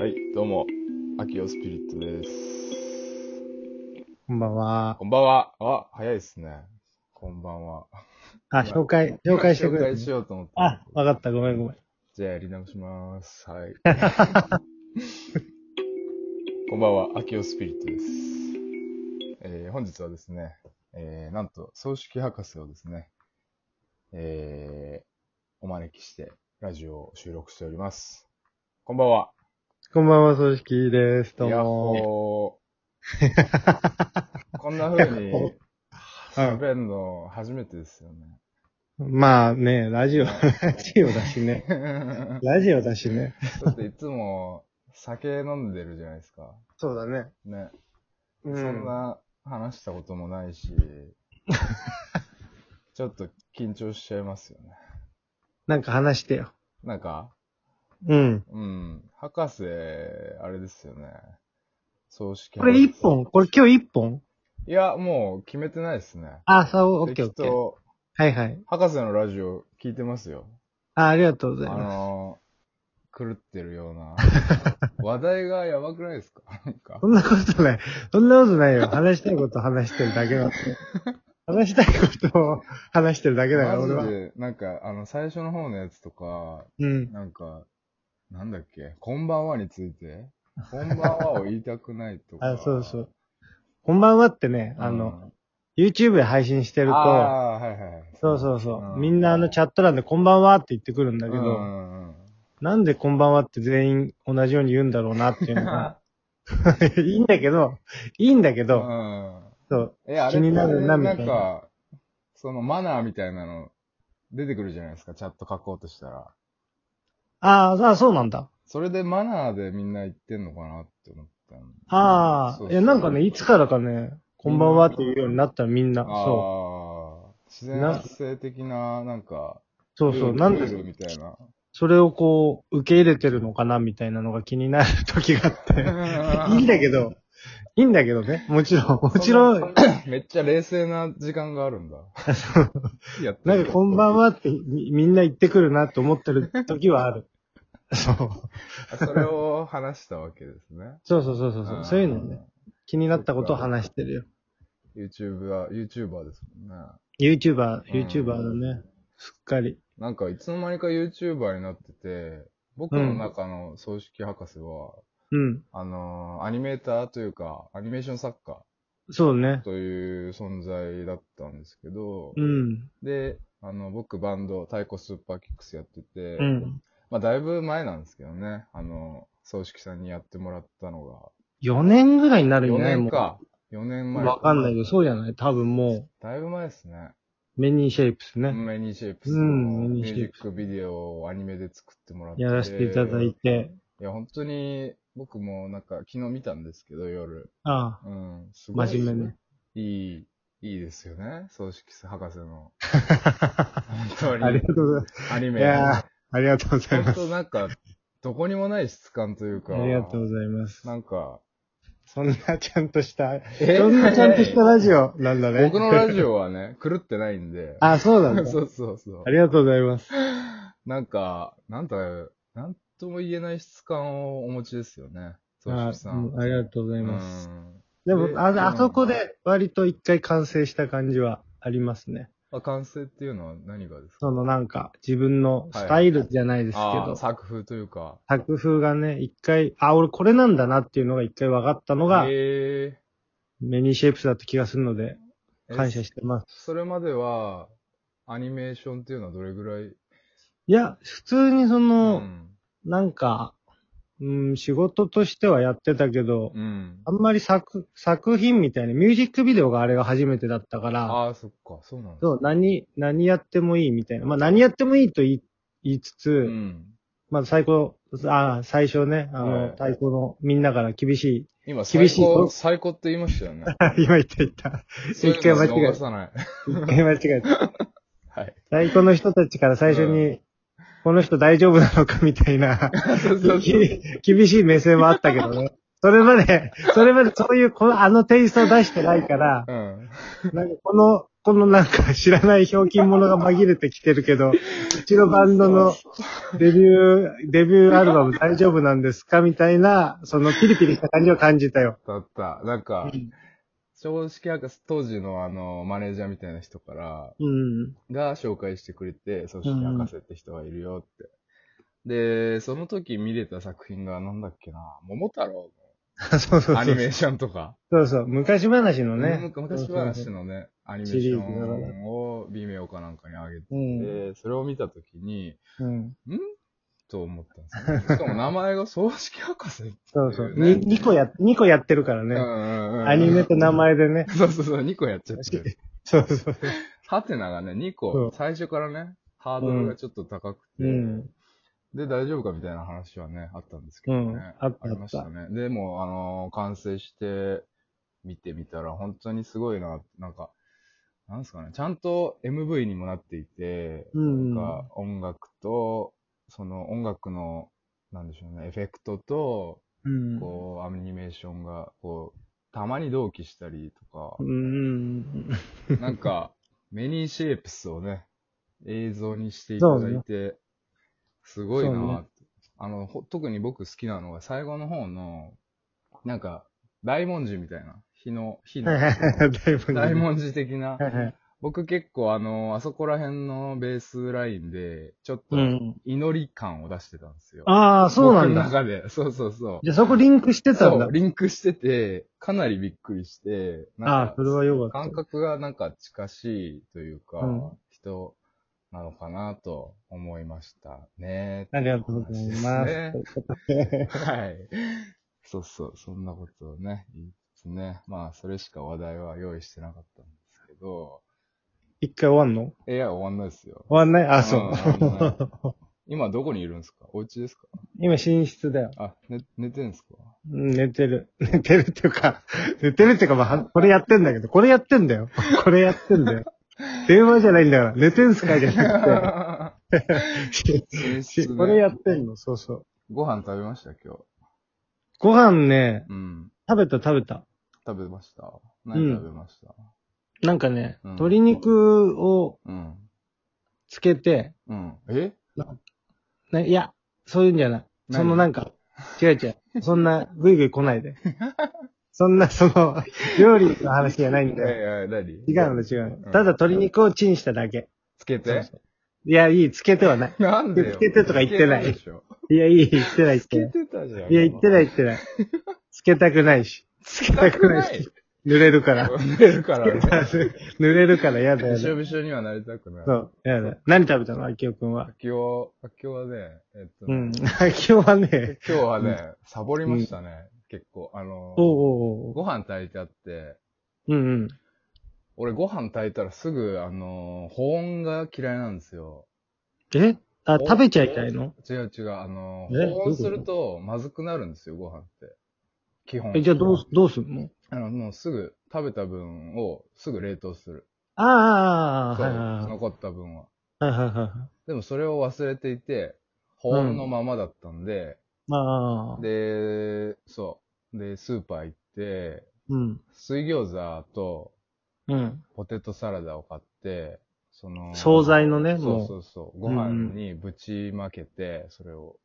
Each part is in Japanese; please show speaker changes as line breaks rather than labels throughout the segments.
はい、どうも、アキオスピリットです。
こんばんは。
こんばんは。あ、早いですね。こんばんは。
あ、紹介、紹介してくれ
紹
る
介しようと思って。
あ、わかった。ごめんごめん。
じゃあやり直します。 はい。こんばんは、アキオスピリットです。えー本日はですね、えーなんと、葬式博士をですね、えーお招きして、ラジオを収録しております。こんばんは。
こんばんは、葬式です。どう
ヤッホ
も。
ー。こんな風
ヤッホ
に
ー
喋るの初めてですよ
まあね、ラジオ、ラジオだしね。
ね。
ラジオだしね。
だっていつも酒飲んでるじゃないですか。
そうだね。
ね。
う
そん。な話したこともない し、ちょっと緊張しちゃいますよね。
なんか話してよ。
なんか、
うん。
うん、博士、あれですよね。葬式
これ一本これ今日一本
いや、もう決めてないですね。
あ、そう、オッケーオッ
適
ケー。
当、
はいはい。
博士のラジオ聞いてますよ。
あ、ありがとうござい
あ
ます。
のー、狂ってるよう な。話題がやばくないですか なんか
そ。んなことない。そんなことないよ。話したいこと話してるだけ だって。話したいことを話してるだけだから、俺
マ
は
ジ。で、なんか、あの、最初の方のやつとか、
うん。
なんか、なんだっけ、こんばんはについて、こんばんはを言いたくないとか。
あ、そうそう。。こんばんはってね、あの、、YouTube で配信して
うん、
ると、
ああー、はいはい。
そうそうそう、
うん
みんなあのチャット欄でこんばんはって言ってくるんだ
だ
けど、
ど、
なんでこんばんはって全員同じように言うんだろうなっていうのが、いいんだけど、いいんだけど、
うん。
そう、
え、あれ
気になるなみた
ないん
な
か、そのマナーみたいなの出てくるじゃないですか、チャット書こうとしたら。
あーあ、そうなんだ。
それでマナーでみんな言ってんのかなって思ったの
あ
そうそ
あ、
う
いやなんかね、いつからかね、こんばんはって言うようになったみんな、そ
ああ、自然発生的な、なんか、
う、そうそう、なん
ル
で
ールみたいな。
それをこう、受け入れてるのかなみたいなのが気になる時があって、 いい んだけど、いいんだけどね、もちろん、もちろ
そ
ん、
な。めっちゃ冷静な時間があるんだ。 やって
なんかこんばん
は。
はってみみんな言ってくるなと思ってる時はある。そう。
それを話したわけですね。
そうそうそうそうそう。そういうのね、気になったことを話してるよ。
うん。YouTube は、YouTuber ですもんね。う
YouTuber、
ん
YouTuber だね。すっかり。
なんかいつの間にか YouTuber になってて、僕の中の葬式博士は、
うん。
あのーアニメーターというか、アニメーション作家
そうね。
という存在だったんですけど、
うん。
で、あの、僕バンド、太鼓スーパーキックスやってて、
うん。
まあ、だいぶ前なんですけどね、あの、葬式さんにやってもらったのが、
4年ぐらいになる
4
よね、
年
も
か。4年
う。
前。
わかんないけど、そうじゃない多分も
だいぶ前ですね。
う、メニーシェイプスね。
メニーシェイプス
う
の
ん
ミ
メ
ュ
ニーシ
ー
ェ
ジッ
イプス
クビデオをアニメで作ってもらって。
やらせていただい
い
て。
や、本当に、僕もなんか昨日見たんですけど、夜。
ああ、
うん、すごい。
真面目ね。
いい、いいですよね。葬式博士 の。本
あ
当
り
に
が、とうございます。
アニ
い
メ。
やーありがとうございま
本
す。
当なんか、どこにもない質感というか。
ありがとうございます。
なんか、
そんなちゃんとした、
え
そんなちゃんとしたラジオなんだね。
僕のラジオはね、狂ってないんで。
あ、そうなんだ。
そうそうそう
あ。りがとうございます。
なんか、なんだ、なんとも言えない質感をお持ちですよね。宗
あ
主さん。
うんありがとうござ
う
い
ん
ます。
う
で
ん
も、あ
で
の、あそこで割と一回完成した感じはありますね。
まあ、完成っていうのは何がですか
そのなんか、自分のスタイルじゃないですけど、
あー作風というか。
作風がね、一回、あ、俺これなんだなっていうのが一回分かったのが、
え
メニーシェイプスだった気がするので、
ー、
感謝してます。
えそれまでは、アニメーションっていうのはどれぐらい
いや、普通にその、
ん。
なんか、うん、仕事としてはやってたけど、
うん。
あんまり作、作品みたいな、ミュージックビデオがあれが初めてだったから、
ああ、そっか、そうなんです
そう、何、何やってもいいみたいな。まあ、何やってもいいと言い言いつつ、
うん。
まあ、最高、あ最初ね、あ
はい
の、太鼓のみんなから厳し
今、
厳
最
しい
高、最高って言いましたよね。
い。今言った言った。
そういう
一回間違
の
え
逃さない。
一回間違えた。
はい。
太鼓の人たちから最初に、
う
この人大丈夫なのかみたいな、
そうそうそう。
き厳しい目線もあったけどね。それまで、それまでそういう、この、あのテイストを出してないから、
うん。
なんかこの、このなんか知らないひょうきん者が紛れてきてるけど、うちのバンドのデビュー、デビューアルバム大丈夫なんですかみたいな、そのピリピリした感じを感じたよ。
だった。なんか
うん、
正式博士、当時のあの、マネージャーみたいな人から、
うん。
が紹介してくれて、組織博士って人がいるよって。で、その時見れた作品がなんだっけな、桃太郎
そうそうそう。
のアニメーションとか、
そうそう。昔話のね。
む昔話のね、アニメーションを微妙かなんかに上げて
うん。
て、それを見た時に、
うん。
と思ったんですよね。しかも名前が葬式博士って
そうそう。
ね
に2個や、二個やってるから
う
ね。
んうんうんうん
アニメと名。前でね。
そうそうそう、2個やっちゃってる。
そうそう。
ハテナがね、2
そう
個、最初からね、ハードルがちょっと高くて、
うん。
で、大丈夫かみたいな話はね、あったんですけ
う
ど
ん。
ね。
あっ
あ
たあ
りま
っ
した
た。
ね。でも、あのー完成して、見てみたら、本当にすごいな、なんか、なんですかね、ちゃんと MV にもなっていて、
うん
なんか音楽と、その音楽の、なんでしょうね、エフェクトと、
うん。
こう、アニメーションが、こう、たまに同期したりと
うん。
か、なんか、メニーシェイプスをね、映像にしていただいて、すごいな
そう
ぁ、
ね
あの、ほ特に僕好きなのが最後の方の、なんか、大文字みたいな、火の、火の
はい、はいはい。だいぶね
大文字的な
は、いはい。
僕結構あの、あそこら辺のベースラインで、ちょっと
うん。
祈り感を出してたんですよ。
ああ、そうなん
僕
だ。
の中で、そうそうそう。
じゃあそこリンクしてたん
そ
だ
う、。リンクしてて、かなりびっくりして、
あ
な
あ
ん、
そ
か
れはよかっ
感
た。
覚がなんか近しいというか、
うん
人なのかなと思いましたね。
ありがとうございます。
はい。そうそう、そんなことをね、言いつつね。まあ、それしか話題は用意してなかったんですけど、
一回終わんの
いや、終わんないですよ。
終わんないあ、そ。
うん終わんないう今どこにいるんですかお家ですか
今寝室だよ。
あ、寝、寝てんですか
うん寝てる。 寝てるっていうか、寝てるっていうか、まあ、これやってんだけど、これやってんだよ。 これやってんだ よ。電話じゃないんだから、寝てんすかじゃな
寝
く
室
て。
ね
これやってんの、そうそう。
ご飯食べました今日。
ご飯ね、
うん。
食べた食べた。
食べました。何食べました、
なんかね、
うん
鶏肉を
うん。
つけて、
うん。え
ねいや、そういうんじゃない。
何
そのなんか、違う違う。そんな、ぐいぐい来 ないで。そんな、その、料理の話じゃないん
い
だよ。
やいや、何
違うの違うの。ただ鶏
に
肉をチンしただけ。
つけて。
そうそういや、いい、つけてはない。
なんでよ
つけてとか言ってない
つけでしょ
いや、いい、言ってない、言っ
つけ
てない。
てたじゃん。
いや、言ってない、言ってない。つけたくないし。
つけたくない。
濡れる から。
寝るからね。
濡れるから、やだ
び
や
しょ
だ。
びしょにはなりたくない。
そ。う、やだ。何食べたの秋尾くんは。
秋夫、秋夫はね、えっと、
うん。秋尾はね、
今日はね、サボりましたね。結構。あの、
おうおうおう
ご飯炊いてあって、
うんうん。
俺ご飯炊いたらすぐ、あの、保温が嫌いなんですよ。
えあ、食べちゃいたいの
違う違う、あの、
え
保温するとまずくなるんですよ、ご飯って。基本。
え、じゃあどうす、どうすんの
あの、もうすぐ食べた分をすぐ冷凍する。
ああ、
そう
はいは
残った分は。
いはい。はいはいはい。
でもそれを忘れていて、保温のままだったんで、
まあ、
で、そう。で、スーパー行って、
うん。
水餃子と
うん。
ポテトサラダを買って、その、
惣菜のね
そ
も
う
う
そうそう。ご飯にぶちまけて、それを。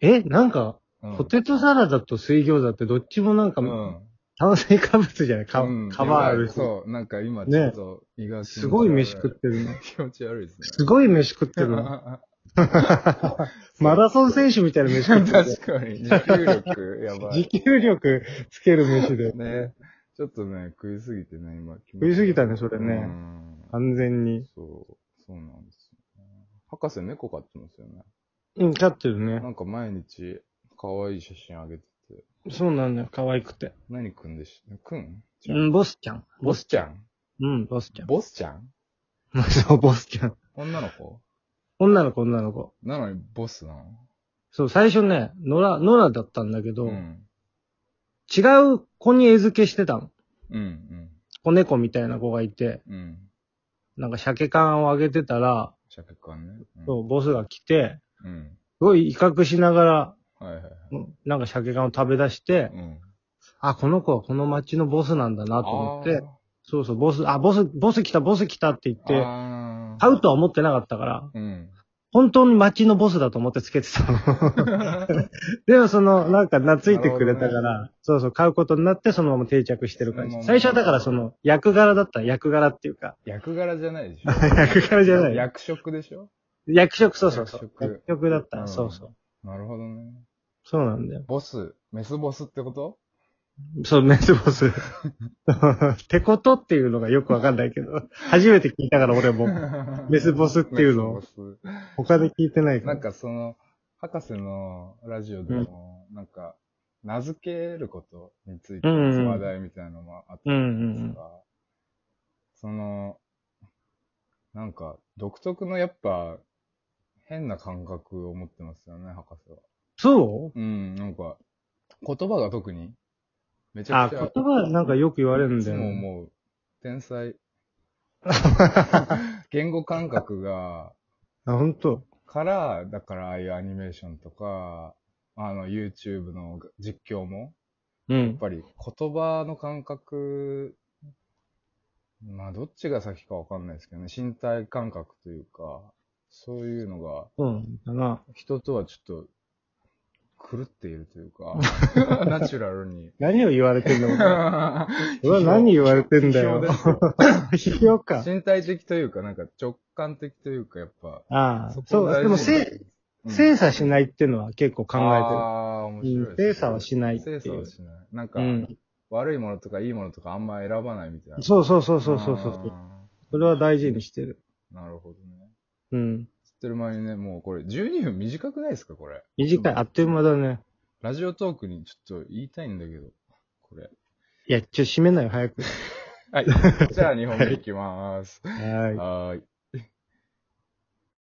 え、なんか、
うん
ポテトサラダと水餃子ってどっちもなんか、
うん。
炭水化物じゃないか、
うん
皮あるし。
そう、なんか今ちょっと胃が、
すごい飯食ってるの。
て。気持ち悪いで すね。
すごい飯 食ってるの。マラソン選手みたいな飯食っ
確
てる。
かに、持久力、やばい。
持久力つける飯で。
ね。ちょっとね、食いすぎてね、今。
食いすぎたねそれね
うん
完全に。
そう、そうなんですよね。博士、猫飼ってますよね。
うん、飼ってるね
な。んか毎日、可愛い写真あげてて。
そうなんだよ、可愛くて。
何くんでしたくんちゃ
うん、ボスちゃん。
ボスちゃん
うん、ボスちゃん。
ボスちゃん
そう、ボスちゃん。
女の子
女の子、女の子。
なのに、ボスなの
そう、最初ね、野良、野良だったんだけど、
ん。
違う子に餌付けしてたの。
うん、
子猫みたいな子がいて、
うん。うん。
なんか鮭缶をあげてたら、
鮭感ね。うん
そう、ボスが来て、
うん。
すごい威嚇しながら、
はいはいはい。
なんか鮭缶を食べ出して、
うん。
あ、この子はこの町のボスなんだなと思って、
あ
そうそう、ボス、あ、ボス、ボス来た、ボス来たって言って、
あー
買うとは思ってなかったから、
うん。
本当に街のボスだと思ってつけてたの。 でもその、なんか懐いてくれたか
な
ら、そうそう、買うことになってそのまま定着してる感
そのま
じ。
ま
最初はだからその、役柄だった、役柄っていうか、
役柄じゃないでしょ。
役柄じゃない。
役職でしょ
役職、そうそうそう。
役職
役職だった、
うん
そうそう。
なるほどね。
そうなんだよ。
ボス、メスボスってこと
そう、メスボス。 ってことっていうのがよくわかんないけど、初めて聞いたから俺も、 メスボスっていうのを
メスボス
他で聞いて ないか
な
ら。
んかその、博士のラジオでも、なんか、名付けることについて
うんうん
の話題みたいなのもあったじゃないですか。その、なんか、独特のやっぱ、変な感覚を持ってますよね、博士は。
そう
うん、なんか、言葉が特に、めちゃ
あ、
くち
言
ゃ、い
葉なんかよく言われるんだ
つ
よ
も
ね。
思う、天 才。言語感覚が、
あ、本当
から、だからああいうアニメーションとか、あの YouTube の実況も、
う
やっ
ん。
ぱり言葉の感覚、まあどっちが先かわかんないですけどね、身体感覚というか、そういうのが
そうなんだな。
人とはちょっと狂っているというか、 ナチュラルに。
何を言われてんだ 俺。
う
俺は何言われてんだよ。 批評 か。
身体的というか、なんか直感的というか、やっぱ。
ああ、
こ
そ
を
う
大
だ。
事
でも、
に
精、
うん
精査しないっていうのは結構考え
ああ、面
てる。
白
う
いで
ん、精
すね、
査はしないってい
精査
う
は。しない。なんか、
うん。
悪いものとかいいものとかあんま選ばないみたいな。
そうそうそうそうそうそう。
あ
それは大事にしてる。
ーなるほどね。
うん。
知ってる間にね、もうこれ12分短くないですかこれ。
短い、あっという間だね。
ラジオトークにちょっと言いたいんだけど、これ。
いや、ちょ、閉めないよ、早く。
はい。じゃあ2本目いきまーす。
はい。
はーい。